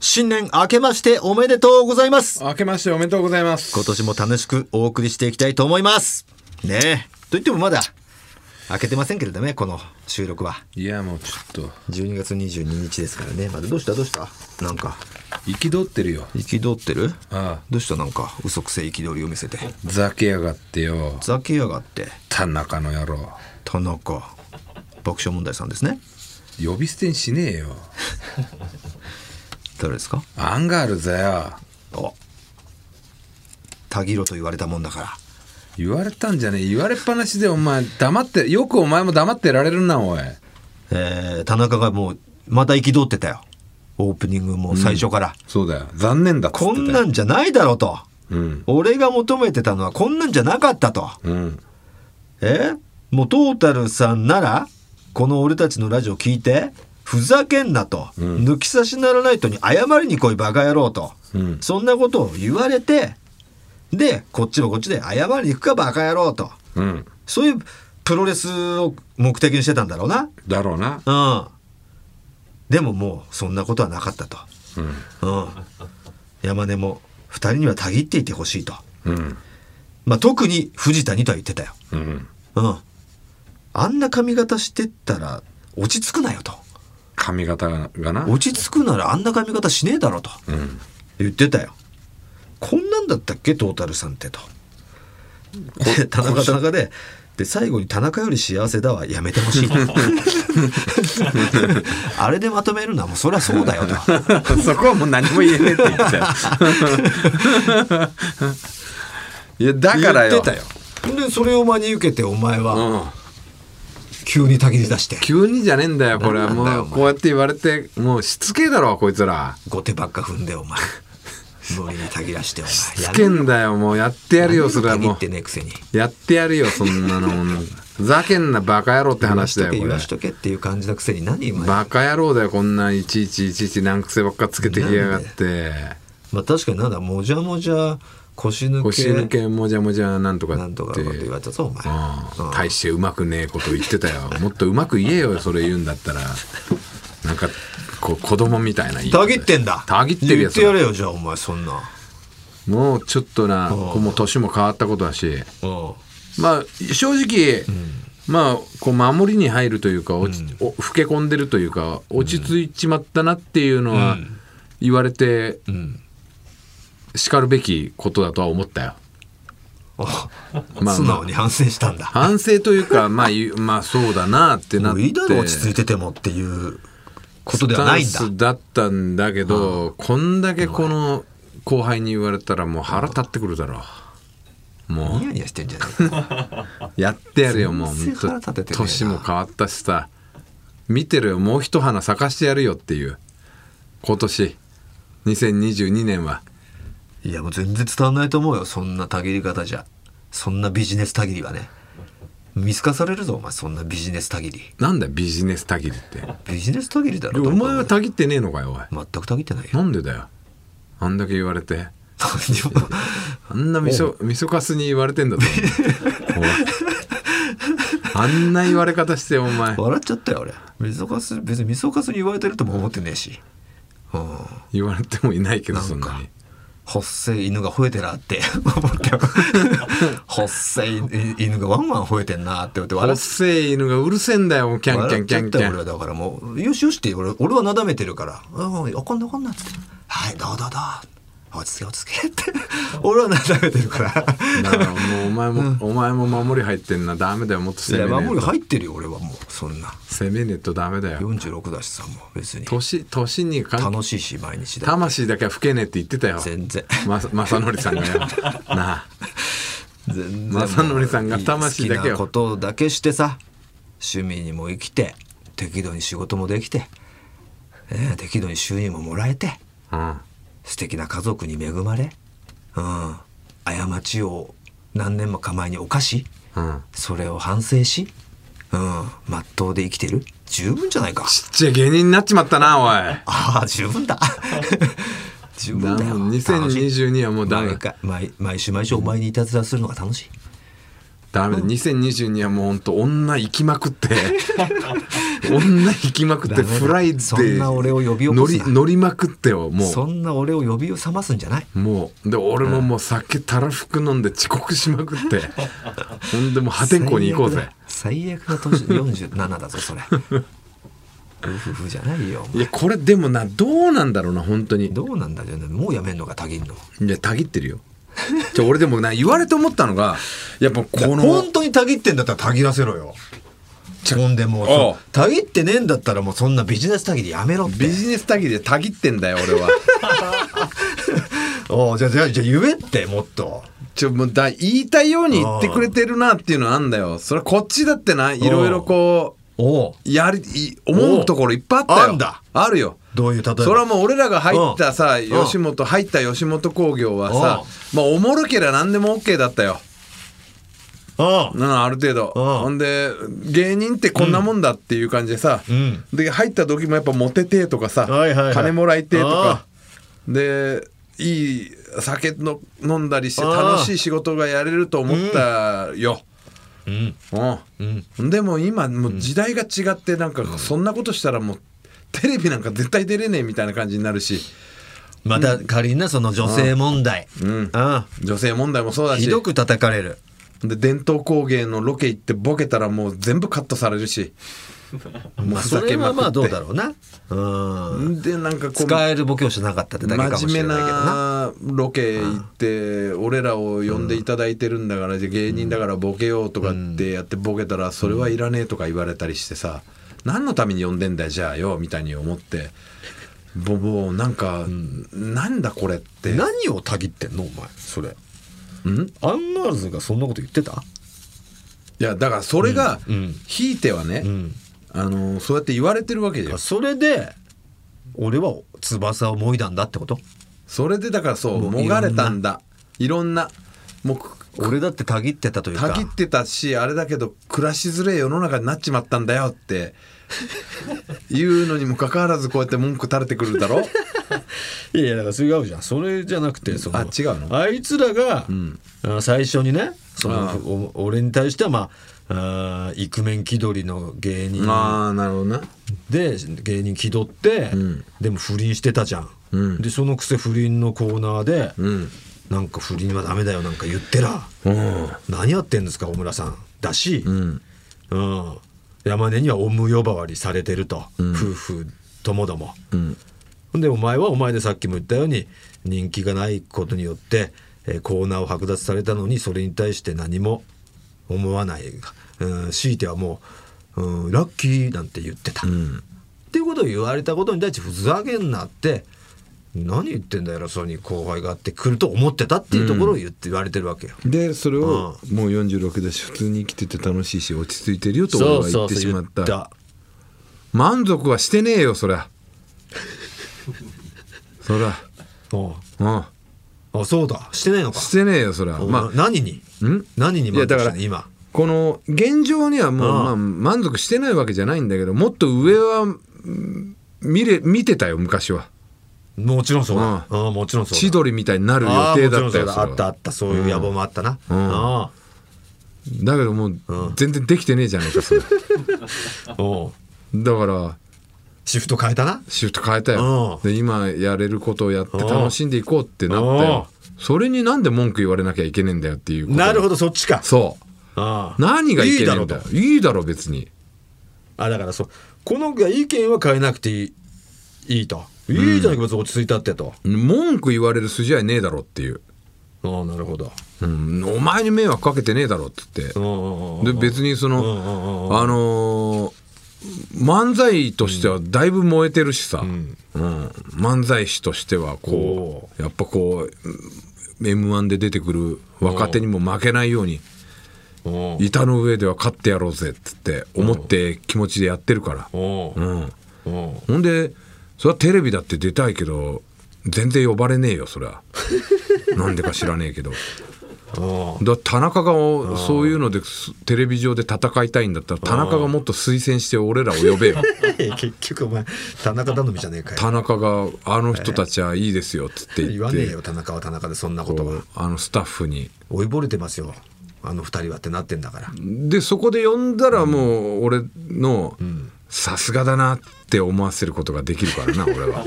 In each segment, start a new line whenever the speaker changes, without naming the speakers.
新年明けましておめでとうございます。
明けましておめでとうございます。
今年も楽しくお送りしていきたいと思います。ねえ。といってもまだ明けてませんけれどね、この収録は。
いや、もうちょっと、
12月22日ですからね。まだどうしたどうしたなんか、
憤ってるよ。
憤ってる
ああ
どうしたなんか、嘘くせえ憤りを見せて。
ざけやがってよ。
ざけやがって、
田中の野郎。
田中、爆笑問題さんですね。
呼び捨てにしねえよ。
誰ですか
アンガールズだよ。
あたぎろと言われたもんだから。
言われたんじゃねえ。言われっぱなしでお前、黙って、よくお前も黙ってられるな、おい。
えー、田中がもう、また憤ってたよ。オープニングも最初から。
そうだよ。残念だっつってた
こ
よ
んなんじゃないだろうと。
うん。
俺が求めてたのはこんなんじゃなかったと。
うん。
えもうトータルさんなら、この俺たちのラジオ聞いて、ふざけんなと。
ん
抜き差しならないとに謝りに来いバカ野郎と。
うん
そんなことを言われて、で、こっちもこっちで謝りに行くかバカ野郎と。
うん。
そういうプロレスを目的にしてたんだろうな。
だろうな。
うん。でももうそんなことはなかったと。
うん。
うん。山根も二人にはたぎっていてほしいと。
うん。
まあ、特に藤田にとは言ってたよ。
うん。
うん。あんな髪型してったら落ち着くなよと。
髪型がな。
落ち着くならあんな髪型しねえだろと
うん。
言ってたよ。こんなんだったっけトータルさんってと。で田中田中で、で、最後に田中より幸せだはやめてほしいと。 あれでまとめるのはもうそりゃそうだよと。
そこはもう何も言えねえって言ってたよ。いや、だからよ。
言ってたよ。で、それを真に受けてお前は
うん。
急にたぎり出して、
急にじゃねえんだよ、これは。
なんなんだよ
もう、こうやって言われて、もうしつけえだろ、こいつら。
後手ばっか踏んでお前。無理にたぎら してお前。
つけんだよ、もうやってやるよ、それは
限
も
っ
う
て。ねえくせに。
やってやるよ、そんなの。ふざけんな、バカ野郎って話だよ、こ
言
れ
わ。しとけ言わしとけっていう感じのくせに何今、ま
バカ野郎だよ、こんないちいちいちいち難癖ばっかつけてきやがって。
あ確かになんだもじゃもじゃ腰抜け
腰抜けもじゃもじゃなんとかって。
なんとかのこと言われたぞお前
うん
うん
大してうまくねえこと言ってたよもっとうまく言えよそれ言うんだったらなんかこう子供みたいな言い方
たぎってんだ
たぎってる
言
や
っ
つ
てやれよじゃあお前そんな
もうちょっとな
うん
こうもう年も変わったことだし
うん
まあ正直、まあこう守りに入るというか落ち、お老け込んでるというか落ち着いちまったなっていうのは言われて、
ん
しかるべきことだとは思ったよ
あ
まあ
素直に反省したんだ、
反省というかまあ言うまあそうだなってな
も
って
ういいだろ落ち着いててもっていうことではないん
ス
だ
タンスだったんだけど、こんだけこの後輩に言われたらもう腹立ってくるだろうも
ニヤニヤしてんじゃないか
うやってやるよもう
全然腹立ててねえな
年も変わったしさ見てるよもう一花咲かしてやるよっていう今年2022年はい
やもう全然伝わんないと思うよそんなたぎり方じゃそんなビジネスたぎりはね見透かされるぞお前そんなビジネスたぎり
なんだよビジネスたぎ りってで
ビジネスたぎりだろ
お前
多
はたぎってねえのかよおい
分全くたぎってないよ
なんでだよあんだけ言われて
何も
あんなみそみそかすに言われてんだぞおいあんな言われ方してお前
笑っちゃったよ俺みそかす別にみそかすに言われてるとも思ってねえしうん
言われてもいないけど
な
そ
ん
んな
か
に
ほっせい犬が吠えてなって 思 ってほっせい犬がワンワン吠えてんなって思って
お
笑っ
っせえ犬がうるせえんだよキャンキャ
笑
ン
っ
キ
ちゃ
ャ
っ
ン
た
キ
よ
ャ
俺は
ン
だからもうよしよしって俺俺はなだめてるから「うん怒んな怒んな」っつって「はいどうどうどう落ち着け落ち着け」って 俺はなだめてる から
だからもうお前もお前も守り入ってんなダメだよもっと
いや
攻め
守
ねえ
り
と
入ってるよ俺はもうそんな
攻めねえとダメだよ
46だしさもう別に
年年に関
楽しいし毎日だ
魂だけは老けねえって言ってたよ
全 然
まさ正則さん がよなあ
全然
正則さんが魂だけを
好きなことだけしてさ趣味にも生きて適度に仕事もできて、ええ適度に収入ももらえて
うん
素敵な家族に恵まれ、うん、過ちを何年も構えに犯し
うん
それを反省しうん真っ当で生きてる十分じゃないか
ちっちゃい芸人になっちまったなおい
ああ十分だ 十分だよ
もう2022はもうダメ
毎回毎毎週毎週お前にいたずらするのが楽しい
ダメだ2022はもうほんと女行きまくって 女引きまくって
ダメだ
フライデー
そんな俺を呼び起
乗
こす
り
な
乗りまくってよも
そんな俺を呼び覚ますんじゃないう
もうで俺ももう酒たらふく飲んで遅刻しまくってほんでもう破天荒に行こうぜ
最悪な最悪な年47だぞそれ 夫婦じゃないよお
い
前
やこれでもなどうなんだろうな本当に
どうなんだよねもうやめんのかたぎんの
いやたぎってるよじゃ俺でもな言われて思ったのがやっぱこの
本当にたぎってんだったらたぎらせろよほんでもう
ああ
そたぎってねえんだったらもうそんなビジネスたぎでやめろって
ビジネスたぎでたぎってんだよ俺は
おうじゃあじゃあじゃあ言えってもっと
ちょもうだ言いたいように言ってくれてるなっていうのはあんだよそれこっちだってないろいろこう
おう
やりい思うところいっぱいあったよ
おうあんだ
あるよ
どういう例えば
それはもう俺らが入ったさ
うん
吉本入った吉本興業はさまあおもろけりゃ何でも OK だったよ
ああ
うんある程度
うん
ほんで芸人ってこんなもんだっていう感じでさ、
うん
で入った時もやっぱモテてえとかさ、
はいはいはい
金もらいてえと
あ
かでいい酒の飲んだりして楽しい仕事がやれると思ったよ、
うん
うんでも今もう時代が違ってなんかそんなことしたらもうテレビなんか絶対出れねえみたいな感じになるし
また仮になその女性問題
うん
あ
女性問題もそう
あ
だし
ひどく叩かれる
で伝統工芸のロケ行ってボケたらもう全部カットされるし
まあそれはまあどうだろうなうん
でなんかこう
使えるボケをしなかったってだけかもし
真
れ
面目
ないけどな
なロケ行って俺らを呼んでいただいてるんだから、じゃあ芸人だからボケようとかってやってボケたらそれはいらねえとか言われたりしてさ、何のために呼んでんだよじゃあよみたいに思ってぼぼなんか、なんだこれってん
何をたぎってんのお前それアンガールズがそんなこと言ってた
いやだからそれが、
うんうん
ひいてはね、
うん
あのそうやって言われてるわけじゃん
それで俺は翼をもいだんだってこと
それでだからそう
もう
もがれたんだいろんなもうく
俺だってたぎってたというか
たぎってたしあれだけど暮らしづれえ世の中になっちまったんだよって 言うのにもかかわらずこうやって文句垂れてくるだろ
いやいやだから違うじゃんそれじゃなくてその
あ違うの
あいつらが、
ん
あ最初にねその
ああ
お俺に対してはまああーイクメン気取りの芸人
ああなるほどな
で芸人気取って、
ん
でも不倫してたじゃん、
うん
でそのくせ不倫のコーナーで、
うん
なんか不倫はダメだよなんか言ってら
うん
何やってんですか小村さんだし、
うん
うん、山根にはおむ呼ばわりされてると、夫婦ともども。
うん
ほんでお前はお前でさっきも言ったように人気がないことによって、えーコーナーを剥奪されたのにそれに対して何も思わない、うん、強いてはもう、うん、ラッキーなんて言ってた。っていうことを言われたことに対してふざけんなって何言ってんだよ偉そうに後輩があって来ると思ってたっていうところを言って言われてるわけよ。
でそれをもう46だし普通に生きてて楽しいし落ち着いてるよと俺は言ってしまった
言った
満足はしてねえよそ りゃそりゃ
うん
うん
あそうだしてないのか
してねえよそりゃまあ
まあ、何に
ん
何に
いや
満
だ
足
か
し
ら
てんの今
この現状にはもう
ああ
まあ満足してないわけじゃないんだけどもっと上はうん見れ見てたよ昔は
もちろんそう
うん
だ、うん、もちろんそうだ
千鳥みたいになる予
ああ
定だっ
もち
た
ろ
よ
んそうあ
それは
ったあったそういう野望もあったな、
ん
あ
だけどもう全然できてねえじゃないかそれだか
あおう
ら
シフト変えたな
シフト変えたよ
う
で今やれることをやって楽しんでいこうってなったよそれになんで文句言われなきゃいけねえんだよっていうこと
なるほどそっちか
そう
ああ
何がいけねえ
い
ん
いだろ
だよ
うと
いいだろ別に
あだからそうこの意見は変えなくていいいいといいじゃないか別に落ち着いたってと、
文句言われる筋合いねえだろっていう、
ああなるほど
うん、お前に迷惑かけてねえだろって言って
うんうんうん
で別にその、
うんうんうんうん
あのー漫才としてはだいぶ燃えてるしさ、うん漫才師としてはこうやっぱこう m 1で出てくる若手にも負けないように
おう
板の上では勝ってやろうぜっつって思って気持ちでやってるから、
おう
うん、
おう
ほんでそれはテレビだって出たいけど全然呼ばれねえよそ りゃなんでか知らねえけど。
おう
だ田中がそういうのですテレビ上で戦いたいんだったら田中がもっと推薦して俺らを呼べよ
結局お前田中頼みじゃねえかよ
田中が「あの人たちはいいですよ」っつって言って
言わねえよ田中は田中でそんなことは
あのスタッフに
追いぼれてますよあの二人はってなってんだから
でそこで呼んだらもう俺のさすがだなって思わせることができるから な俺は。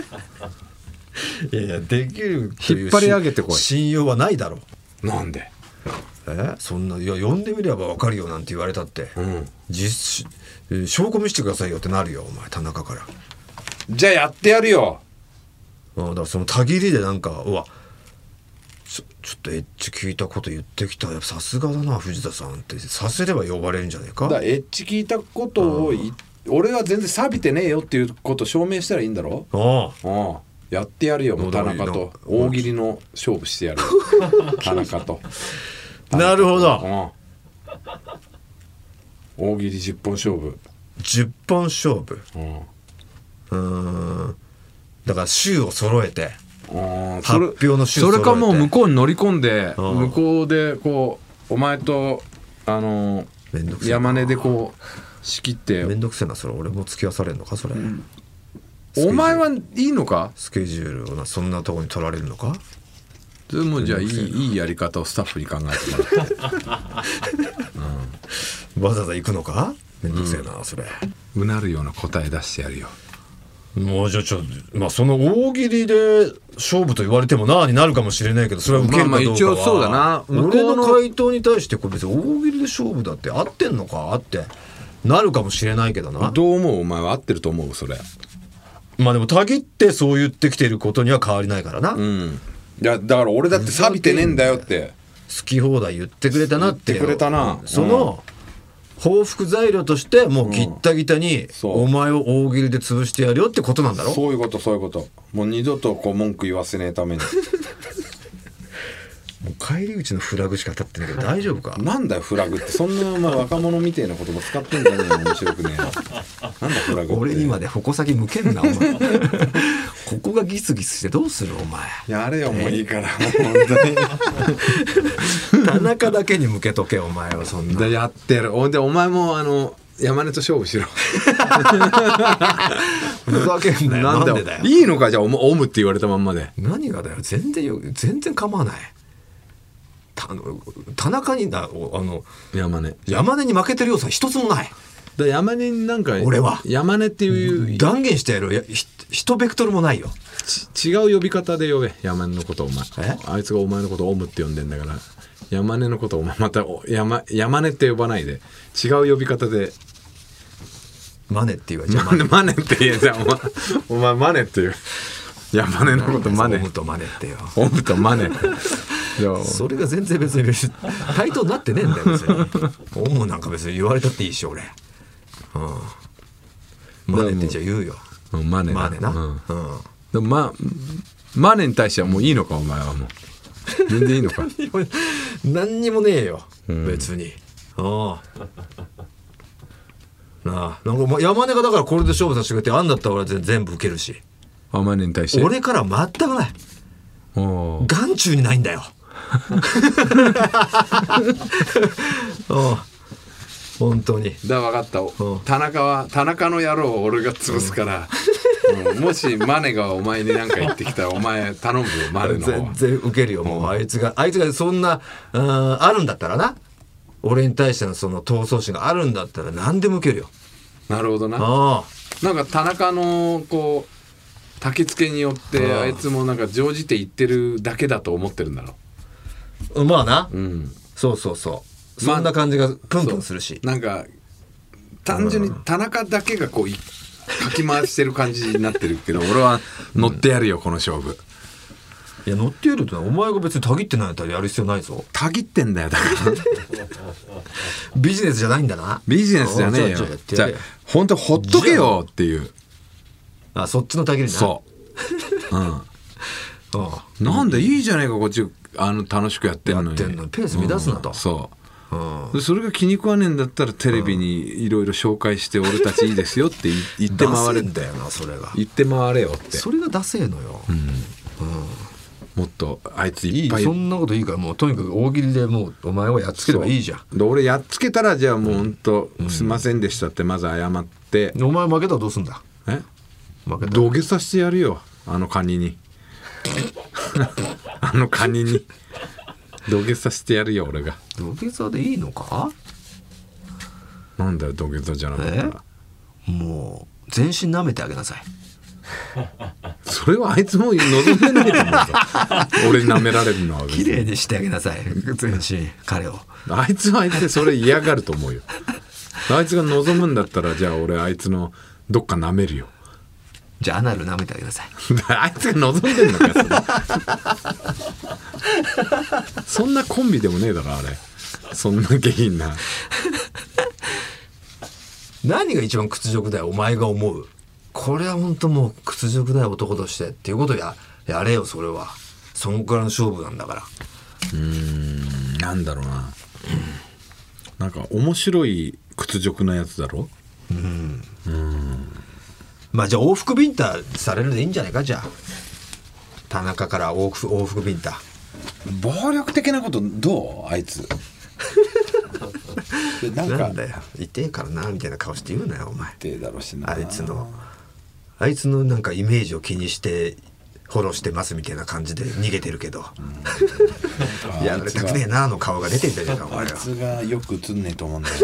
いやいやできるという
引っ張り上げてこい
し信用はないだろう
なんで
えそんないや呼んでみればわかるよなんて言われたって、
ん
実しえー証拠見せてくださいよってなるよお前田中から
じゃあやってやるよ
あだからそのたぎりでなんかうわちょちょっとエッチ聞いたこと言ってきたやっぱさすがだな藤田さんってさせれば呼ばれるんじゃねえか
だからエッチ聞いたことをい俺は全然錆びてねえよっていうことを証明したらいいんだろ
あ
うんやってやるよもう田
ど
中
ういう
と
の
大喜利の勝負してやるよ 田中と
あなるほど
うん大喜利10本勝負
10本勝負
う
う
ん
ーんだから週を揃えて
うん
発表の週
それ
揃えて
かもう向こうに乗り込んで
うん
向こうでこうお前とあの
めんどくせえな
山根でこう仕切って
めんどくせえなそれ俺も付き合わされるのかそれ、
お前はいいのか
スケジュールをなそんなとこに取られるのか
それもうじゃあいいいいやり方をスタッフに考えてもらって
わざわざ行くのかめんどくせえな、それ
うなるような答え出してやるよ
もうじゃあちょまあその大喜利で勝負と言われてもなあになるかもしれないけどそれは受けるかどうかは、
まあまあ一応そうだな向こ
俺
うの
の回答に対してこれ別に大喜利で勝負だって合ってんのか合ってなるかもしれないけどな
どう思うお前は合ってると思うそれ
まあでもたぎってそう言ってきてることには変わりないからな、
うんいやだから俺だって錆びてねえんだよって
好き放題言ってくれたなって
言ってくれたな
その、報復材料としてもうギッタギタに、
そう
お前を大喜利で潰してやるよってことなんだろ
そういうことそういうこともう二度とこう文句言わせねえために
もう帰り口のフラグしか立ってないけど大丈夫か
なんだよフラグってそんなお前若者みてえな言葉使ってんじゃねえよ面白くねえなんだフラグって
俺にまで矛先向けん なお前ここがギスギスしてどうするお前
やれよもういいからもう本当に
田中だけに向けとけお前はそんな
でやってるほんでお前もあの山根と勝負しろ
ふざけんなよなんでだよ
いいのかじゃあオムオムって言われたまんまで
何がだよ全然よ全然構わないた田中にだおあの
山根
山根に負けてる要素は一つもない
だ山根になんか
俺は
山根っていう
断言してやるよいやひ一ベクトルもないよ
ち違う呼び方で呼べ山根のことをお前
え
あいつがお前のことをオムって呼んでんだから山根のことをお前またお山山根って呼ばないで違う呼び方で
マネって言われちゃう
マネマネって言えじゃんお前お前マネっていう山根のことマ
オ
ネ
ムとマネってよ
オムとマ ネじゃあ
それが全然別に別に対等になってねえんだよ別にオウムなんか別に言われたっていいし俺うんマネってじゃあ言うよ
うんマネだ
マネな
う
うんん、
でもまマネに対してはもういいのかお前はもう全 然いいのか
何にもねえよ、別にああなあなんかお前山根がだからこれで勝負させてくれてあんだったら俺は全全部受けるし
あマネに対して
俺からは全くない
おう
眼中にないん だようん本当に
だ分かった
うん
田中は田中の野郎を俺が潰すから、うんもしマネがお前に何か言ってき たらお前頼むよマネの方は
全然ウケるよもうあいつがあいつがそんなうんあるんだったらな俺に対してのその闘争心があるんだったら何でもウケるよ
なるほどな
あ
なんか田中のこう焚き付けによって
ああ
あいつもなんか乗じて言ってるだけだと思ってるんだろ
あまあな、
う、うん、
そうそうそう
まあ
そんな感じがプンプンするし、
なんか単純に田中だけがこういかき回してる感じになってるけど 俺は乗ってやるよこの勝負
いや乗ってやるとお前が別にたぎってないんだったらやる必要ないぞ
たぎってんだよだから
ビジネスじゃないんだな
ビジネスじゃね えよ
ああ
じゃあ
やってやれよ
本当ほっとけよっていう
あそっちのたぎりな
そう、う
うんあ
ん、なんだいいじゃないかこっちあの楽しくやってんのに
やってんのにペース乱すなと
うんそう
あ
でそれが気に食わねえんだったらテレビにいろいろ紹介して俺たちいいですよ ってい言って回れ
んだよなそれが
言って回れよって
それがダセえのよ、
もっとあいつ
い
いっ
い
ぱい
そんなこといいからもうとにかく大喜利でもうお前はやっつければいいじゃん
で俺やっつけたらじゃあもうほんとすいませんでしたってまず謝って、
お前負けたらどうすんだ
え
負けたら
土下座してやるよあのカ ニにあのカニに土下座してやるよ俺が
土下座でいいのか
なんだよ土下座じゃなかった
え
ら
もう全身舐めてあげなさい
それはあいつも望んでないと思うぞ俺に舐められるのは別
綺
に
麗にしてあげなさい全身彼を
あいつはあいつでそれ嫌がると思うよあいつが望むんだったらじゃあ俺あいつのどっか舐めるよ
じゃあアナル舐めてあげなさい
あいつが望んでんのかよそれそんなコンビでもねえだろあれそんな下品な
何が一番屈辱だよお前が思うこれは本当もう屈辱だよ男としてっていうことややれよそれはそんくらいの勝負なんだから
なんだろうななんか面白い屈辱なやつだろ
まあじゃあ往復ビンタされるでいいんじゃないかじゃあ田中から往復往復ビンタ
暴力的なことどうあいつなん
な
か
んだよ痛えからなみたいな顔して言うなよお前
てだろうしな
あいつのあいつのなんかイメージを気にしてフォローしてますみたいな感じで逃げてるけど、やられたくねえなの顔が出てんじゃねえかお前は
がよく映んねえと思う んだよ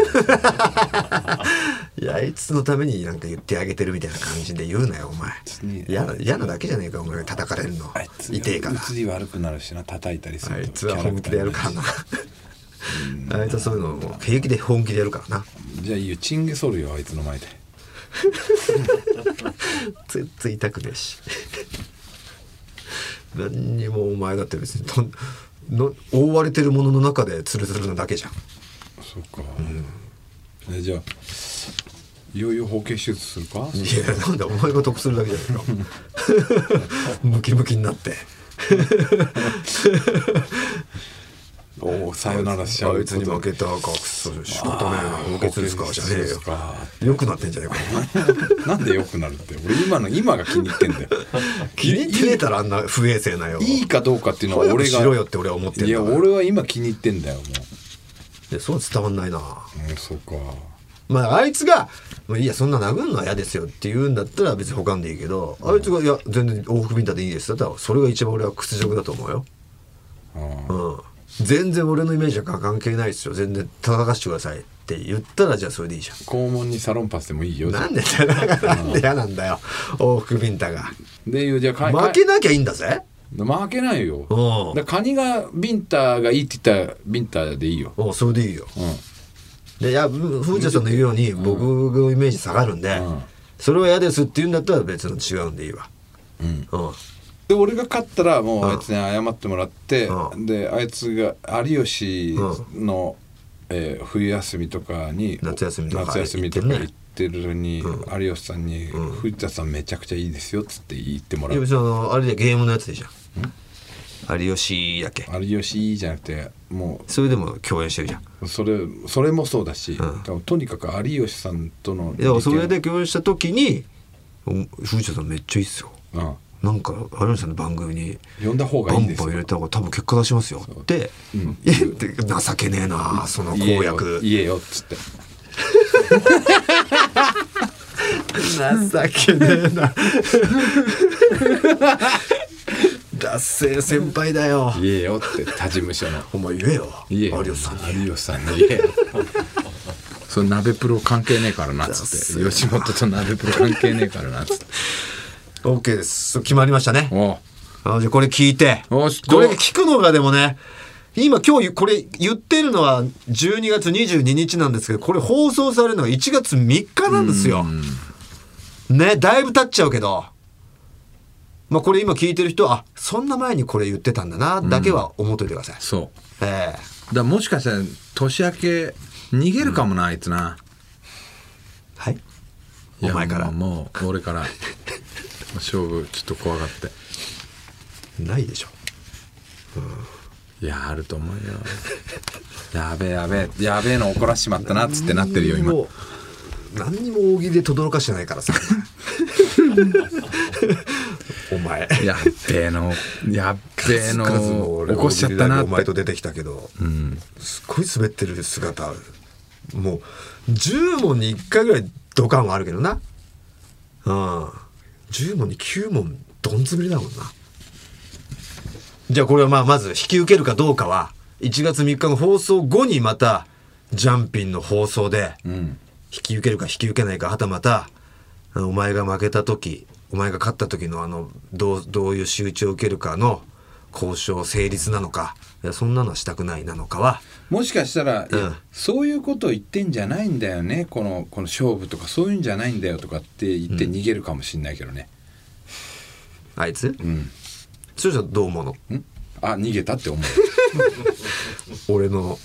いやあいつのためになんか言ってあげてるみたいな感じで言うなよお前
に
嫌な嫌なだけじゃねえかお前が叩かれるの痛えから
り悪くなるしな叩いたりす
あいつは本気でやるからなあいつはそういうのをもう平気で本気でやるからな
じゃあいいよチンゲ剃るよあいつの前で
全然痛くねえし 何にもお前だって別にとんの覆われてるものの中でツルツルなだけじゃん
そっか、えじゃあいよいよ包茎手術するか
いやなんだお前が得するだけじゃないか ムキムキになって
おおさよならしちゃう
あいつに負けたかくそ仕方ねえな受け継ですかじゃねえよよくなってんじゃねえかお前
なんで良くなるって俺今の今が気に入ってんだよ
気に入ってねえたらあんな不衛生なよ
いいかどうかっていうのは
早く
俺が
しろよって俺は思ってんだ
いや
から
俺は今気に入ってんだよも
でそう伝わんないな
う、うん、そうか
まああいつが「もういいやそんな殴るのは嫌ですよ」って言うんだったら別に保管でいいけどあいつが「いや全然往復ビンタでいいです」だったらそれが一番俺は屈辱だと思うよ
あ
う
ー
ん全然俺のイメージは関係ないですよ全然叩かしてくださいって言ったらじゃあそれでいいじゃん
肛門にサロンパスでもいいよ
なんでだよだからなんで嫌なんだよ往復ビンタが
でじゃあか
負けなきゃいいんだぜ
負けないよ
うん
だからカニがビンタがいいって言ったらビンタでいいよ、
おそれでいいよ
うん、
でいやふふーちゃんさんの言うように僕のイメージ下がるんで、
ん
それは嫌ですって言うんだったら別の違うんでいいわ
うん
うん
で俺が勝ったらもうあいつに謝ってもらって、
うん
であいつが有吉の、えー冬休みとかに
夏休みとか
夏休みとか
行ってね
行ってるのに、有吉さんに「藤田さんめちゃくちゃいいですよ」っつって言っても
い
ら
や
う
別にあのあれでゲームのやつでいいじゃん有吉だっけ
有吉いいじゃなくても
それでも共演してるじゃん
うそれそれもそうだし、とにかく有吉さんとの
いやそれ
利
で共演した時に「おふーちゃんさんめっちゃいいっすよ
権うん、」
なんか有吉さんの番組に
呼んだ方が
バ
いいん
ン
です
バン
よ
入れた方が多分結果出しますよって
うん
言って情けねえなその
言
公
えよ
約
言えよっつって
情けねえな ダッセー先輩だよ
言えよって他事務所の
お前言えよ
言えよ
有吉さんに
有吉さんに言えよそれ鍋プロ関係ねえからなっつって吉本と鍋プロ関係ねえからなっつって
OK ですそう決まりましたね
おう
あじゃあこれ聞いて
よし
これ
どう
聞くのがでもね今今日これ言ってるのは12月22日なんですけどこれ放送されるのが1月3日なんですよ。ねだいぶ経っちゃうけど、まあ、これ今聞いてる人はあそんな前にこれ言ってたんだなだけは思っといてください。
そ
ええ
うだもしかしたら年明け逃げるかもなあいつな
はいお前から
もうもう俺から勝負ちょっと怖がって
ないでしょ。
いやあると思うよやべえやべえやべえの怒らしちまったなっつってなってるよ今
もう何にも大喜利でとどろかしてないから さ。お前。
やっべえのやっべえの
数々の俺
起こしちゃったなっ
お前
て
と出てきたけど、すっごい滑ってる姿もう10問に1回ぐらいドカンはあるけどなうん10問に9問どん詰めだもんなじゃあこれはまあまず引き受けるかどうかは1月3日の放送後にまたジャンピンの放送で
うん
引引き受けるか引き受けないかはたまたあのお前が負けた時お前が勝った時のあのどうどういう仕打ちを受けるかの交渉成立なのかいやそんなのはしたくないなのかは
もしかしたら、いや
うん
そういうことを言ってんじゃないんだよねこのこの勝負とかそういうんじゃないんだよとかって言って逃げるかもしれないけどね、
あいつ
うん
それじゃどう思うの
んあ逃げたって思
俺の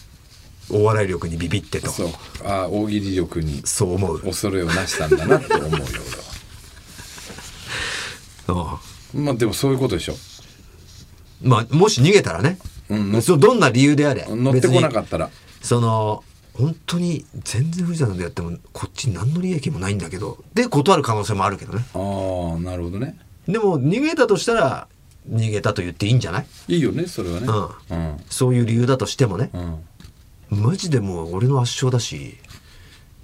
お笑い力にビビって
う
と
そうあ大喜利力に
そう思う
恐れをなしたんだなって思うよ俺は
うん
まあでもそういうことでしょ
まあ、もし逃げたらね、
うん乗っ
そうどんな理由であれ
乗ってこなか
別
ったら
にその本当に全然藤田さんとやってもこっちに何の利益もないんだけどで断る可能性もあるけどね
ああなるほどね
でも逃げたとしたら逃げたと言っていいんじゃない
いいよねそれはね
う
うん
そういう理由だとしてもね
うん、うん
マジでもう俺の圧勝だし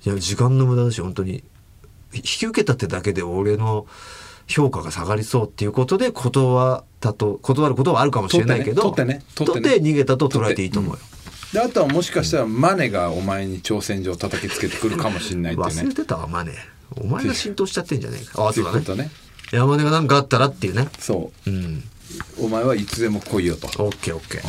いや時間の無駄だし本当に引き受けたってだけで俺の評価が下がりそうっていうことで断ったと断ることはあるかもしれないけど
取ってね取ってね
取って逃げたと捉えていいと思うよ。
であとはもしかしたらマネがお前に挑戦状を叩きつけてくるかもしれないっていう
忘
ね
れてたわマネお前が浸透しちゃってんじゃねえかああ
って
そ
いううこ
だ
と
ね
ね
山根が何かあったらっていうね
そ
うん
うお前はいつでも来いよと
オッケーオッケー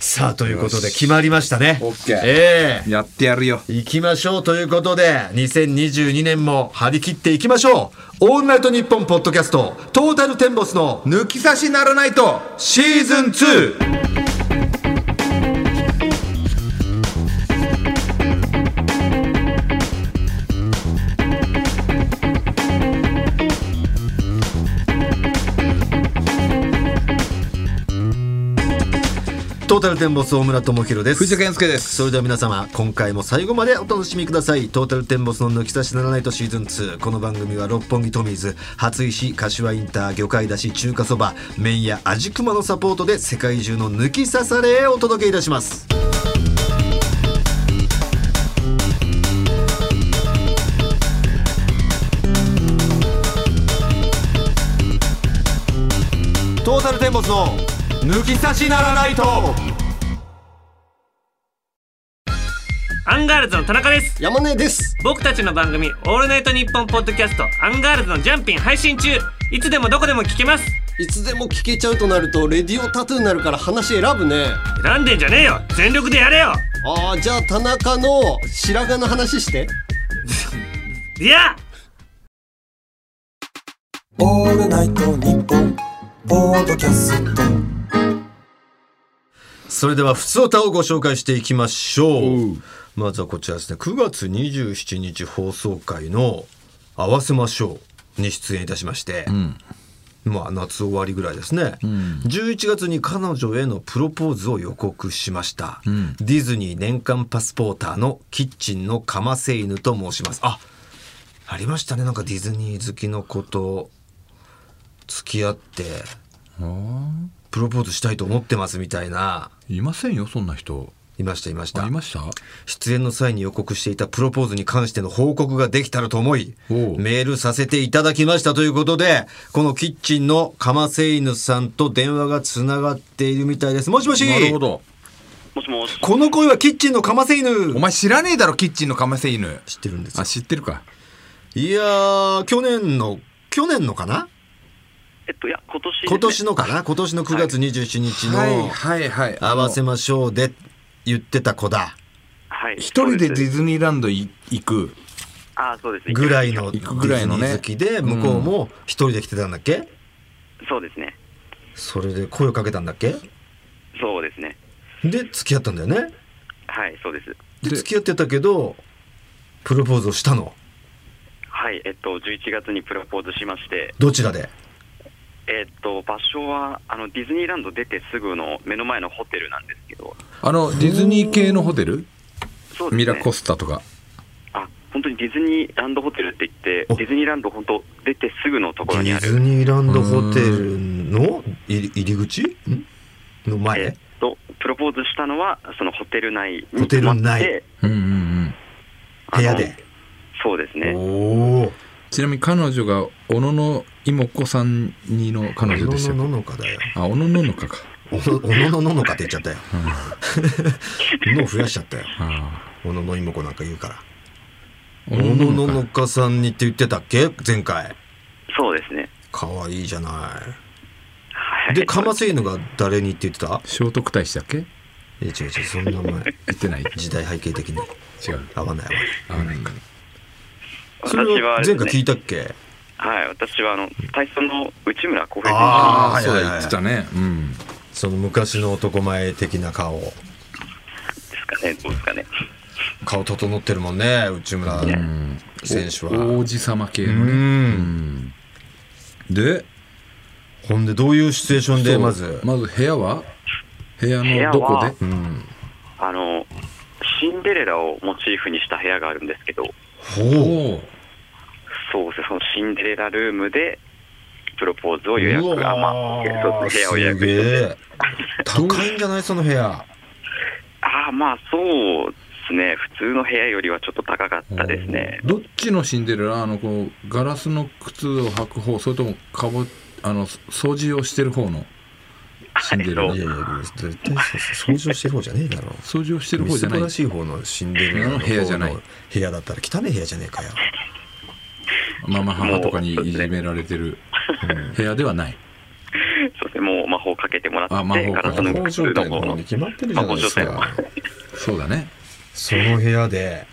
さあということで決まりましたね
オッケー
ええ
やってやるよ
行きましょうということで2022年も張り切っていきましょうオールナイトニッポンポッドキャストトータルテンボスの
抜き差しならないと
シーズン 2! トータルテンボス大村智広です
藤田健介です
それでは皆様今回も最後までお楽しみくださいトータルテンボスの抜き差しならないとシーズン2この番組は六本木トミーズ初石柏インター魚介だし中華そば麺や味熊のサポートで世界中の抜き差されへお届けいたしますトータルテンボスの抜き差しならないと
アンガールズの田中です
山根です
僕たちの番組「オールナイトニッポン」ポッドキャスト「アンガールズのジャンピン」配信中いつでもどこでも聞けます
いつでも聞けちゃうとなるとレディオタトゥーになるから話選ぶね
選んでんじゃねえよ全力でやれよ
あーじゃあ田中の白髪の話して
いや
オールナイトニッポンポードキャスト
それでは、ふつおたをご紹介していきましょ
お
う
う。
まずはこちらですね。9月27日放送回の合わせましょうに出演いたしまして、まあ夏終わりぐらいですね、11月に彼女へのプロポーズを予告しました。ディズニー年間パスポーターのキッチンのかませ犬と申します。あ、ありましたね。なんかディズニー好きの子と付き合って、プロポーズしたいと思ってますみたいな。
いませんよそんな人
いましたいました
いました
出演の際に予告していたプロポーズに関しての報告ができたらと思い
おう
メールさせていただきましたということでこのキッチンのかませ犬さんと電話がつながっているみたいですもしもし
なるほど
もしもし。
この声はキッチンのかませ犬
お前知らねえだろキッチンのかませ犬
知ってるんです
あ
よ
知ってるか
いやー去年の去年のかな
えっと、いや、今年ですね、
今年のかな今年の9月27日の
はいはい
合わせましょうで言ってた子だ
はい。
一人でディ
ズ
ズニーランドい行く
あーそうですね。
ぐらいのデ
行くぐら
ィ
い
ズニ
のね
ー好きで向こうも一人で来てたんだっけ
そうですね。
それで声をかけたんだっけ
そうですね。
で付き合ったんだよね
はい、そうです。
で
で
付き合ってたけどプロポーズをしたの
はい、えっと、11月にプロポーズしまして、
どちらで
えっと、場所は、あの、ディズニーランド出てすぐの目の前のホテルなんですけど、
あのディズニー系のホテル
そうですね。
ミラコスタとか
あ、本当にディズニーランドホテルって言って、
お
ディズニーランド本当出てすぐのと
デ
ころにあ
ィズ
る、
ニーランドホテルの入り入り口んの
えっ
前
と、プロポーズしたのは、そのホテル内
ホ
に
テ
泊ま
ル
って、
内
うんうんうん
あの
部屋で。
そうです
お
ね。
お
ちなみに彼女が小野の妹子さんにの彼
お
女
の
でした
の
っけ
ののかだよ
あ小野ののかか
おのおののののかって言 っちゃったよのを増やしちゃったよ
あ
おのの妹子なんか言うから小野ののかさんにって言ってたっけ前回
そうですね。
可愛いじゃな
はいい。
でかませ犬が誰にって言ってた
聖徳太子だっけ
え違う違うそんな前
言ってない
時代背景的に
違う
合わない合わない
合わないか
それ
私は
は
あれ
前
で
回
すね
聞いたっけ
はい、私はあの体操の内村航平
ああ
そう
は
だ
いはい
言ってたねうん
その昔の男前的な顔
選手ですかね、どうですかね。
顔整ってるもんね内村選手は
王子様系
う
のね
ん
で
ほんでどういうシチュエーション
そ
で
う
まず
まず部屋は部屋
部屋
の
は
どこで
うん
あのシンデレラをモチーフにした部屋があるんですけど、
ほう
おう
そうですね、そのシンデレラルームでプロポーズを予約、あまあ、そうですね部屋を予約
すげ
して、
え高いんじゃないその部屋
ああ、まあそうですね、普通の部屋よりはちょっと高かったですね。
どっちのシンデレラあのこうガラスの靴を履く方それともかぼあの掃除をしてる方のシンデレラ
はい
やいや絶対そう掃除をしてる方じゃねえだろ
掃除をしてる
み
方じ
す
ゃな
ぼ
い
らしい方のシンデレラの
部屋じゃない
方の部屋だったら汚い部屋じゃねえかよ
ママ母とかにいじめられてるうん部屋ではない
そうですね、もう魔法かけてもらって、
あ魔法
ガラスの
工
靴
場
の
態の
方
方
の
に、決まってるじゃないです
まあ
か
そうだね
その部屋で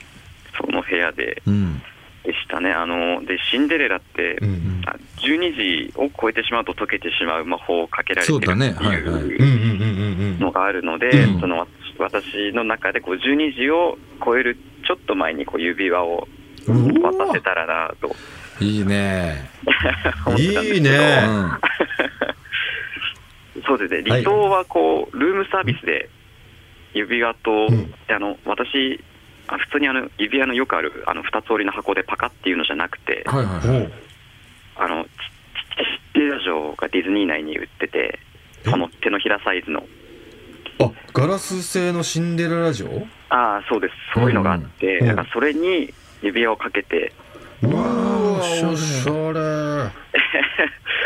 その部屋で
うん
でしたね。あのでシンデレラって、
うん
あ12時を超えてしまうと溶けてしまう魔法をかけられて
そ
るっ
う
て
だねはい
い
は
うんう
いう
んうんうんうん
のがあるので、
うん
その私の中でこう12時を超えるちょっと前にこう指輪を渡せたらなと
いいね
思ってたんですけど
いいね
うん
そうですね
はい
理想はこうルームサービスで指輪と、
うん
あの私あ普通にあの指輪のよくあるあの2つ折りの箱でパカっていうのじゃなくて
はいはい
ほ
はいう
あのちちっちゃいシンデレラ城がディズニー内に売ってて
え
あの手のひらサイズの
あガラス製のシンデレラ城
ああそうですそういうのがあって、
うん
だからそれに指輪をかけて
う
わ
わ
ー
ー
お
お
し
しゃ
ゃ
れ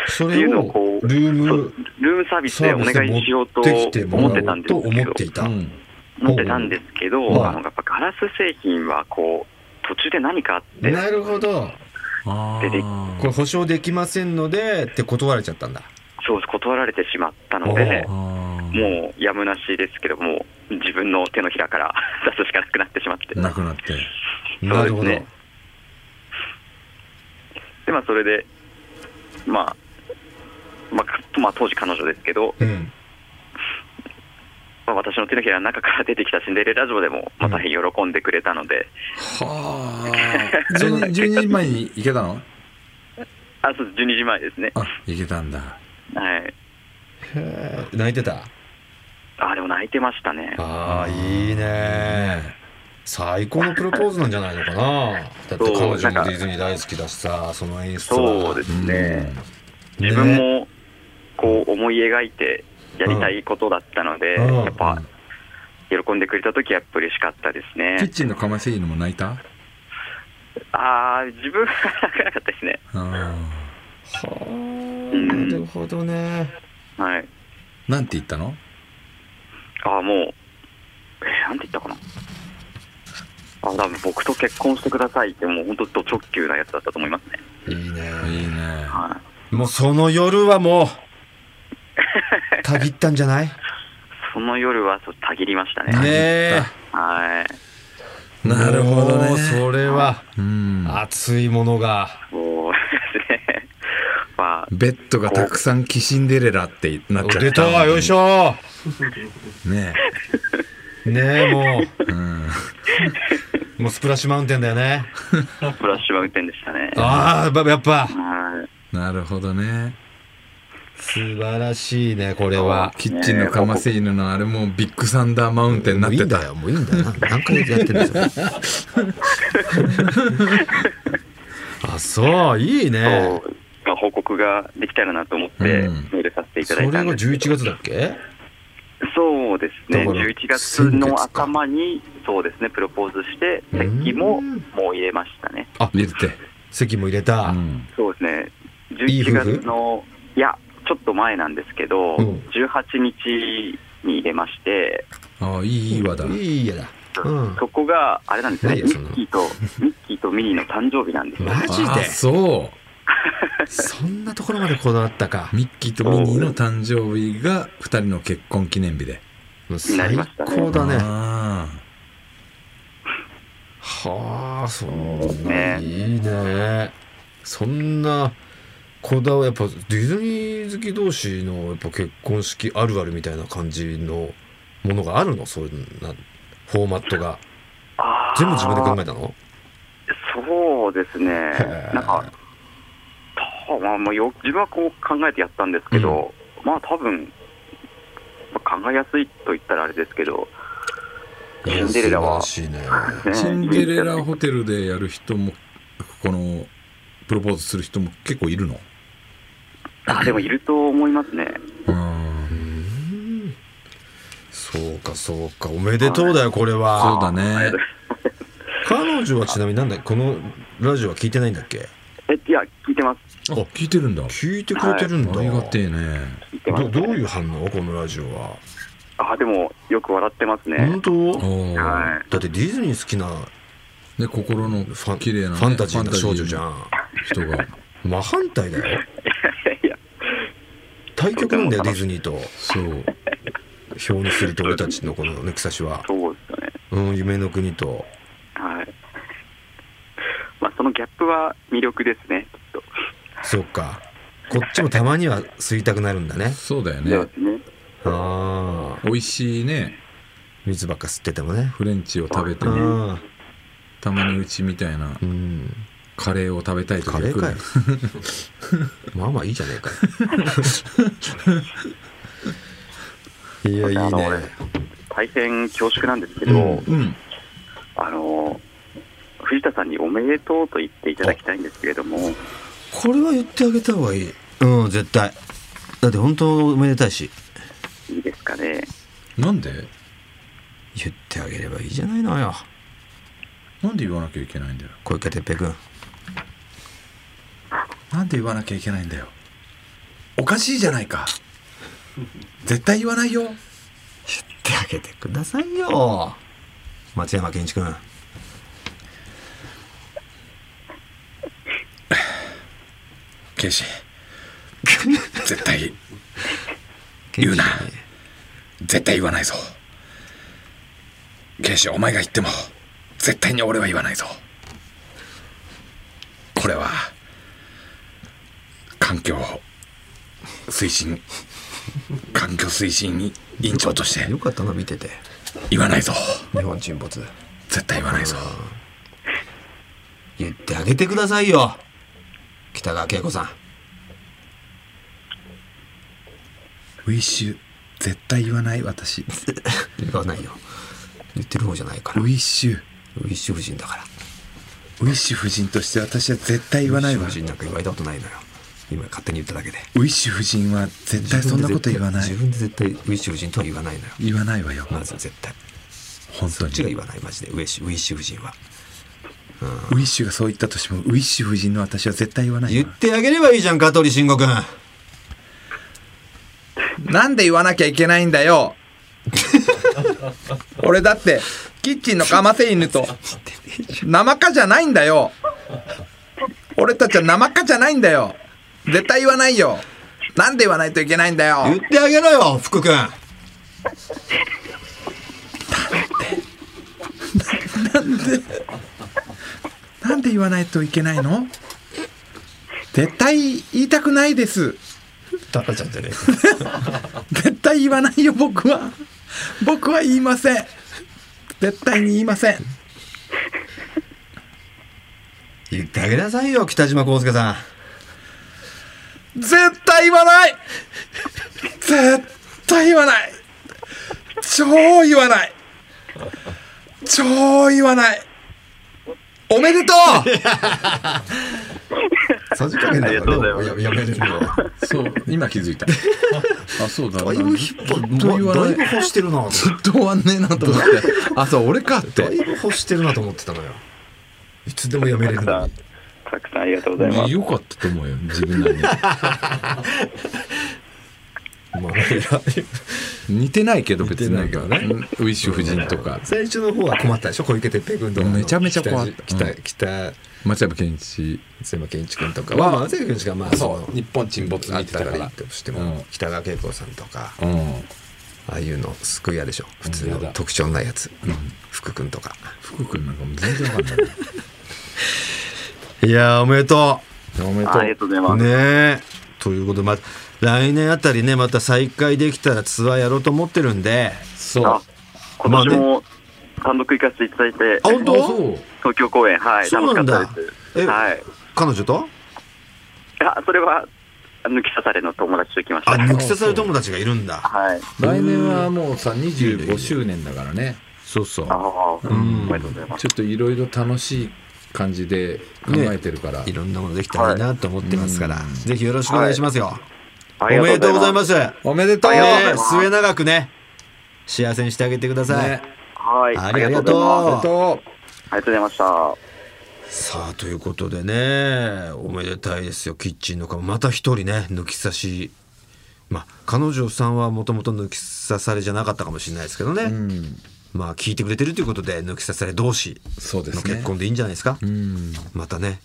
そ
ってい
れ
うのを
を
こう
ルーム
ルームサービスでお願いしようと
できても
思って
ら
た
お
ん
う
です
と
けど、
思っていた、
うん
思ってたんですけど、
はい
あのやっぱガラス製品はこう途中で何かあって、
なるほど
あ
出て
これ
ー
保証できませんのでって断られちゃったんだ
そう断られてしまったので、
お
あー
もうやむなしですけども、自分の手のひらから 出すしかなくなってしまって、
なくなって
なるほど、
ねでまあ、それで、まあ、まあかまあ、当時彼女ですけど、
うん
まあ、私の手のひらの中から出てきたシンデレラ城でも、まあ、大変喜んでくれたので、
はあ 12, 12時前に行けたの
あそう12時前ですね。
あ行けたんだ
はい
へー泣いてた
あでも泣いてましたね。
あーいいね最高のプロポーズなんじゃないのかなだって彼女もディズニー大好きだしさその演出
そう
は
ですね。
うん
自分もこう思い描いてやりたいことだったので、
うん
やっぱ喜んでくれた時はやっぱ嬉しかったです
キッ
ね。
チンの釜製のも泣いた
ああ自分は泣かなかったですね。
あ
はあ
ん
なるほどね
はい。
ーなんて言ったの
ああもうえーなんて言ったかな。あ多分僕と結婚してくださいってもう本当と直球なやつだったと思いますね。
いいね
いいね
はい。
もうその夜はもうたぎったんじゃないね
その夜はそうたぎりましたね。
え
はい。
なるほどね
もうそれは
うん
熱いものが
そう ですね。まあ
ベッドがたくさんキシンデレラってなっちゃった
出たよいしょ
ね
ねえも
え、うん、
うもうスプラッシュマウンテンだよね
フラッシュマウンテンでしたね。
ああやっぱ
はい。
なるほどね
素晴らしいねこれは
キッチンの釜製犬のあれもビッグサンダーマウンテンになってた
よもういいんだよ何回やってるんですよあそういいね
そうまあ、報告ができたらなと思ってメ
うん
ールさせてい
そ
ただい
れ
た
が
んですけど、
11月だっけ
そうですね
だから
11月
先月
の
か
頭にそうですねプロポーズして席も
うん
もう入れましたね
入れて、
席も入れた、
うん、
そうですね
いい夫
11
婦
月のいやちょっと前なんですけど、
うん
18日に入れまして
ああいい岩だ
いいやだうん
そこが、あれなんですよね、ミ
何やその
ッキーと、ミッキーとミニーの誕生日なんですよ。
マジ
あ
で
そ
そんなところまでこだわったか
う。ミッキーとミニーの誕生日が2人の結婚記念日で。
もう最高だね。
あー
はあ、そう
ね
いいね。そんなこだわやっぱディズニー好き同士のやっぱ結婚式あるあるみたいな感じのものがあるのそういうなフォーマットが
あー
全部自分で考えたの
そうですね
へー、
なんか、たまあまあ、よ自分はこう考えてやったんですけど、まあ多分、まあ考えやすいと言ったらあれですけど、
い
シ
や
ンデレラは、
素晴らしいね。
ね
シンデレラホテルでやる人も、この、プロポーズする人も結構いるの
あでもいると思いますね。
うん。
そうかそうかおめでとうだよこれは。
そうだね。
彼女はちなみになんだこのラジオは聞いてないんだっけ？
え、いや、聞いてます、
あ、聞いてるんだ。
聞いてくれてるんだ。
ありがてえね。
聞いてます、
どどういう反応このラジオは。
あでも、よく笑ってますね
本。当？
おー
は
だってディズニー好きな
で、心の
ファン
綺麗なね
ファンタジーな少女じゃ
ファ
ん
ンタジーの人が。
真反対だ よ
い。いや、
対極なんだよ
と
ディ
ても
ズニーと
そう。
表にすると俺たちのこのね草しは、
そうですよね。
うん、夢の国と
はい。まあ、そのギャップは魅力ですね、きっと。
そっかこっちもたまには吸いたくなるんだね
そうだよ
そう
ね
で。すね。
ああ
美味しいね、
蜜ばっか吸っててもね
フレンチを食べて
う
も、
ん、
たまにうちみたいな
うん、
カレーを食べたい時
カ
が来
レ
る
ーかよまあまあいいじゃねえかよいやいいね
大変恐縮なんですけど、
も
うん。
あの藤田さんにおめでとうと言っていただきたいんですけれども、
これは言ってあげた方がいいうん絶対だって本当おめでたいし
いいですかね、
なんで
言ってあげればいいじゃないのよ
なんで言わなきゃいけないんだよ。
小池徹平君
なんで言わなきゃいけないんだよ。おかしいじゃな いか。絶対言わないよ。
手あげてくださいよ松山健一君
ケイシ。 絶対、
健一
言うな絶対言わないぞ。ケイシ、お前が言っても、絶対に俺は言わないぞ。これは、環境推進、環境推進委員長として
よかったな見てて
言わないぞ。
日本沈没
絶対言わないぞ。
言ってあげてくださいよ北川景子さん
ウィッシュ、絶対言わない私。
言わないよ言ってる方じゃないか
ウ
らウ
ィッシュ。
ィッシュ夫人だから
ウィッシュ夫人として私は絶対言わないわ
ウィッシュ夫人なんか言われたことないのよ今勝手に言っただけで
ウィッシュ夫人は絶対そんなこと言わない
自分で絶対自分で絶対ウィッシュ夫人とは言わないのよ
言わないわよ
まず絶対
本当
うちが
に
言わないマジでウィッシュウィッシュ夫人は
ウィッシュがそう言ったとしてもウィッシュ夫人の私は絶対言わない
言
わ
ってあげればいいじゃん香取慎吾君
なんで言わなきゃいけないんだ よ俺だってキッチンのカマセ犬と生かじゃないんだよ俺たちは生かじゃないんだよ絶対言わないよなんで言わないといけないんだよ
言ってあげろよ福君
なんで言わないといけないの絶対言いたくないです
タカちゃんじゃねえ
絶対言わないよ僕は僕は言いません絶対に言いません
言ってあげなさいよ北島康介さん
絶対言わない絶対言わない超言わない超言わないおめでと
さじ加減だ
ありがとうございます
ややめるの
うそう今気づいたあそうだ
だいぶ引っ張
ずっと言わ
だ
ない
いぶ干してるな
ずっと終わんねえなと思ってあそう俺かっ
だい
て
ぶ干してるなと思ってたのよいつでもやめれる のに
たくさんありがとうございます。
よかったと思うよ自分なりに
まあ俺ら
似てないけど別になんか
似てないけど
うんウィッシュ夫人とか
最初の方は困ったでしょ小池徹平君とかの
めちゃめちゃ困った
北
うん
北北
松山ケンイチ
松山健一君とか
まあ
は、まあ、松山健一君はまあ
そう
の
日本沈没見てたから
あったいいとしても、
うん
北川景子さんとか
うん
ああいうの救いやでしょ普通
うんや
の
だ
特徴ないやつ、福君とか
福君なんかもう全然わかんない
いやーおめでと
おめで
あありがとうございます。
ねえということでまた来年あたりねまた再開できたらツアーやろうと思ってるんで
そう
あ今年も単独行かせていただいて、
あ本当
あそう
東京公演、はい、
そ
楽
う
し
な
か
ん
っ
だ
たです。
え
はい。
彼女と
あ、それは、抜き刺されの友達と行きまし
あ
た。
抜き刺され友達がいるんだ
はい。
来年はもうさ25周年だからねそうそう
ああ、
ん
おめでとうございま
ち
す。
ょっといろいろ楽しい感じで考えてるから、
いろんなものできたらいいなと思ってますから、
はい
ぜひよろしくお願いしますよ、
あ。
おめでとうございますす
おめでとう
ありがとうござい
ね
ます
末永くね幸せにしてあげてください、
ね
はい。
あ
あ
りが
りが
と
と
う
うご
おめで
ざいます。
と
ありがとうございました。
さあということでねおめでたいですよキッチンの顔また一人ね抜き差しまあ彼女さんはもともと抜き差されじゃなかったかもしれないですけどね、
ううん
まあ聞いてくれてるということで抜き差され同士
そうで
の
すね
結婚でいいんじゃないですか
うん
またね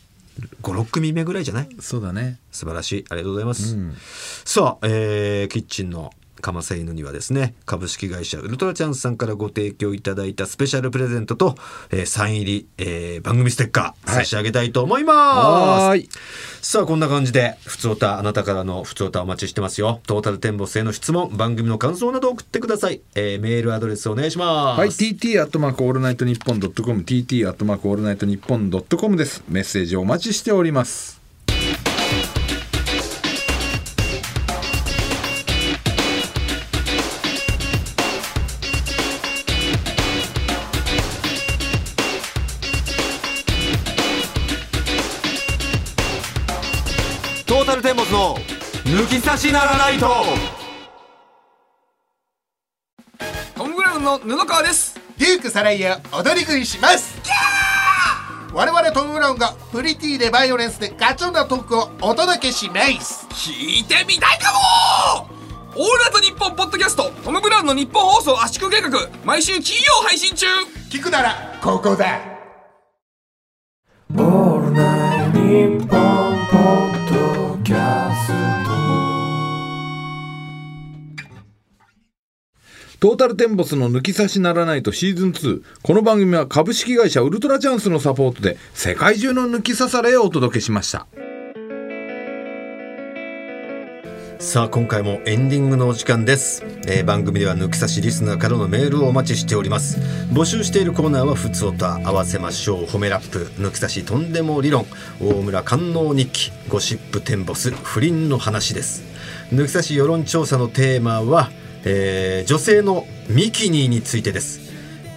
56組目ぐらいじゃない
そうだね
素晴らしいありがとうございま
う
す、
ん
さあ、えーキッチンの釜製犬にはですね株式会社ウルトラチャンスさんからご提供いただいたスペシャルプレゼントと、えーサイン入り、えー番組ステッカー差し上げたいと思います、
はーい
さあこんな感じで「ふつおた」あなたからの「ふつおた」お待ちしてますよトータルテンボスへの質問番組の感想など送ってください、えーメールアドレスお願いします、
はい、TT アットマークオールナイトニッポンドットコム TT アットマークオールナイトニッポンドットコムですメッセージお待ちしております
トータルテンボスの抜き差しならないと
トム・ブラウンの布川です
デュークサライヤ踊り食いします我々トム・ブラウンがプリティでバイオレンスでガチョンなトークをお届けします
聞いてみたいかもオールナイトニッポンポッドキャストトム・ブラウンの日本放送圧縮計画毎週金曜配信中
聞くならここだ
オールナイトニッポンポッドキャス
トータルテンボスの抜き差しならないとシーズン2この番組は株式会社ウルトラチャンスのサポートで世界中の抜き差されをお届けしました
さあ今回もエンディングのお時間です、えー番組では抜き差しリスナーからのメールをお待ちしております募集しているコーナーは「ふつおた」「合わせましょう」「褒めラップ」「抜き差しとんでも理論」「大村官能日記」「ゴシップテンボス」「不倫の話」です抜き差し世論調査のテーマは、えー女性のミキニーについてです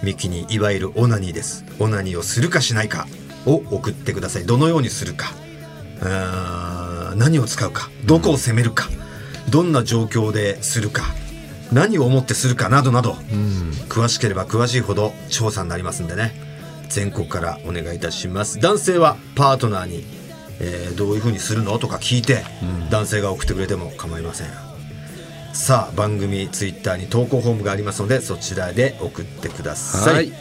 ミキニーいわゆるオナニーですオナニーをするかしないかを送ってくださいどのようにするかあー何を使うかどこを攻めるか、どんな状況でするか何を思ってするかなどなど、詳しければ詳しいほど調査になりますんでね全国からお願いいたします男性はパートナーに、えーどういうふうにするのとか聞いて、男性が送ってくれても構いませんさあ番組ツイッターに投稿フォームがありますのでそちらで送ってください、
はい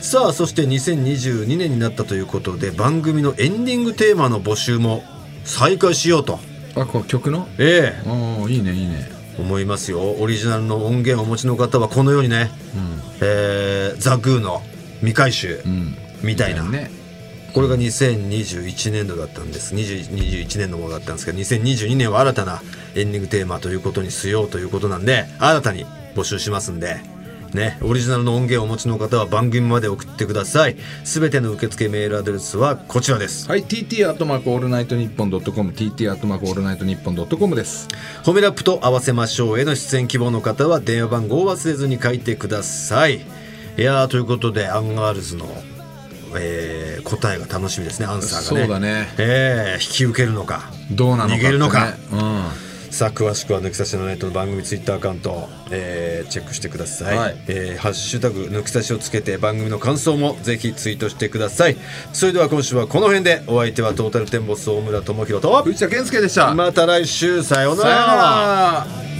さあそして2022年になったということで番組のエンディングテーマの募集も再開しようと
あこう曲の
ええ
ああいいねいいね
思いますよオリジナルの音源をお持ちの方はこのようにね、えーザ・グーの未回収
うん
みたいな、
ね
これが2021年度だったんです20 21年のものだったんですけど2022年は新たなエンディングテーマということにしようということなんで新たに募集しますんでねオリジナルの音源をお持ちの方は番組まで送ってください全ての受付メールアドレスはこちらです
はい TT アットマークオールナイトニッポンドットコム TT アットマークオールナイトニッポンドットコムです
褒めラップと合わせましょうへの出演希望の方は電話番号を忘れずに書いてくださいいやーということでアンガールズの、えー答えが楽しみですねアンサーがね
そうだね
えー引き受けるのか
どうなのかってね
逃げるのか
うん
さあ詳しくは抜き差しのネットの番組ツイッターアカウント、えーチェックしてください、
はい
えーハッシュタグ抜き差しをつけて番組の感想もぜひツイートしてくださいそれでは今週はこの辺でお相手はトータルテンボス大村智広と
藤田健介でした
また来週さような
さよな
ら
ら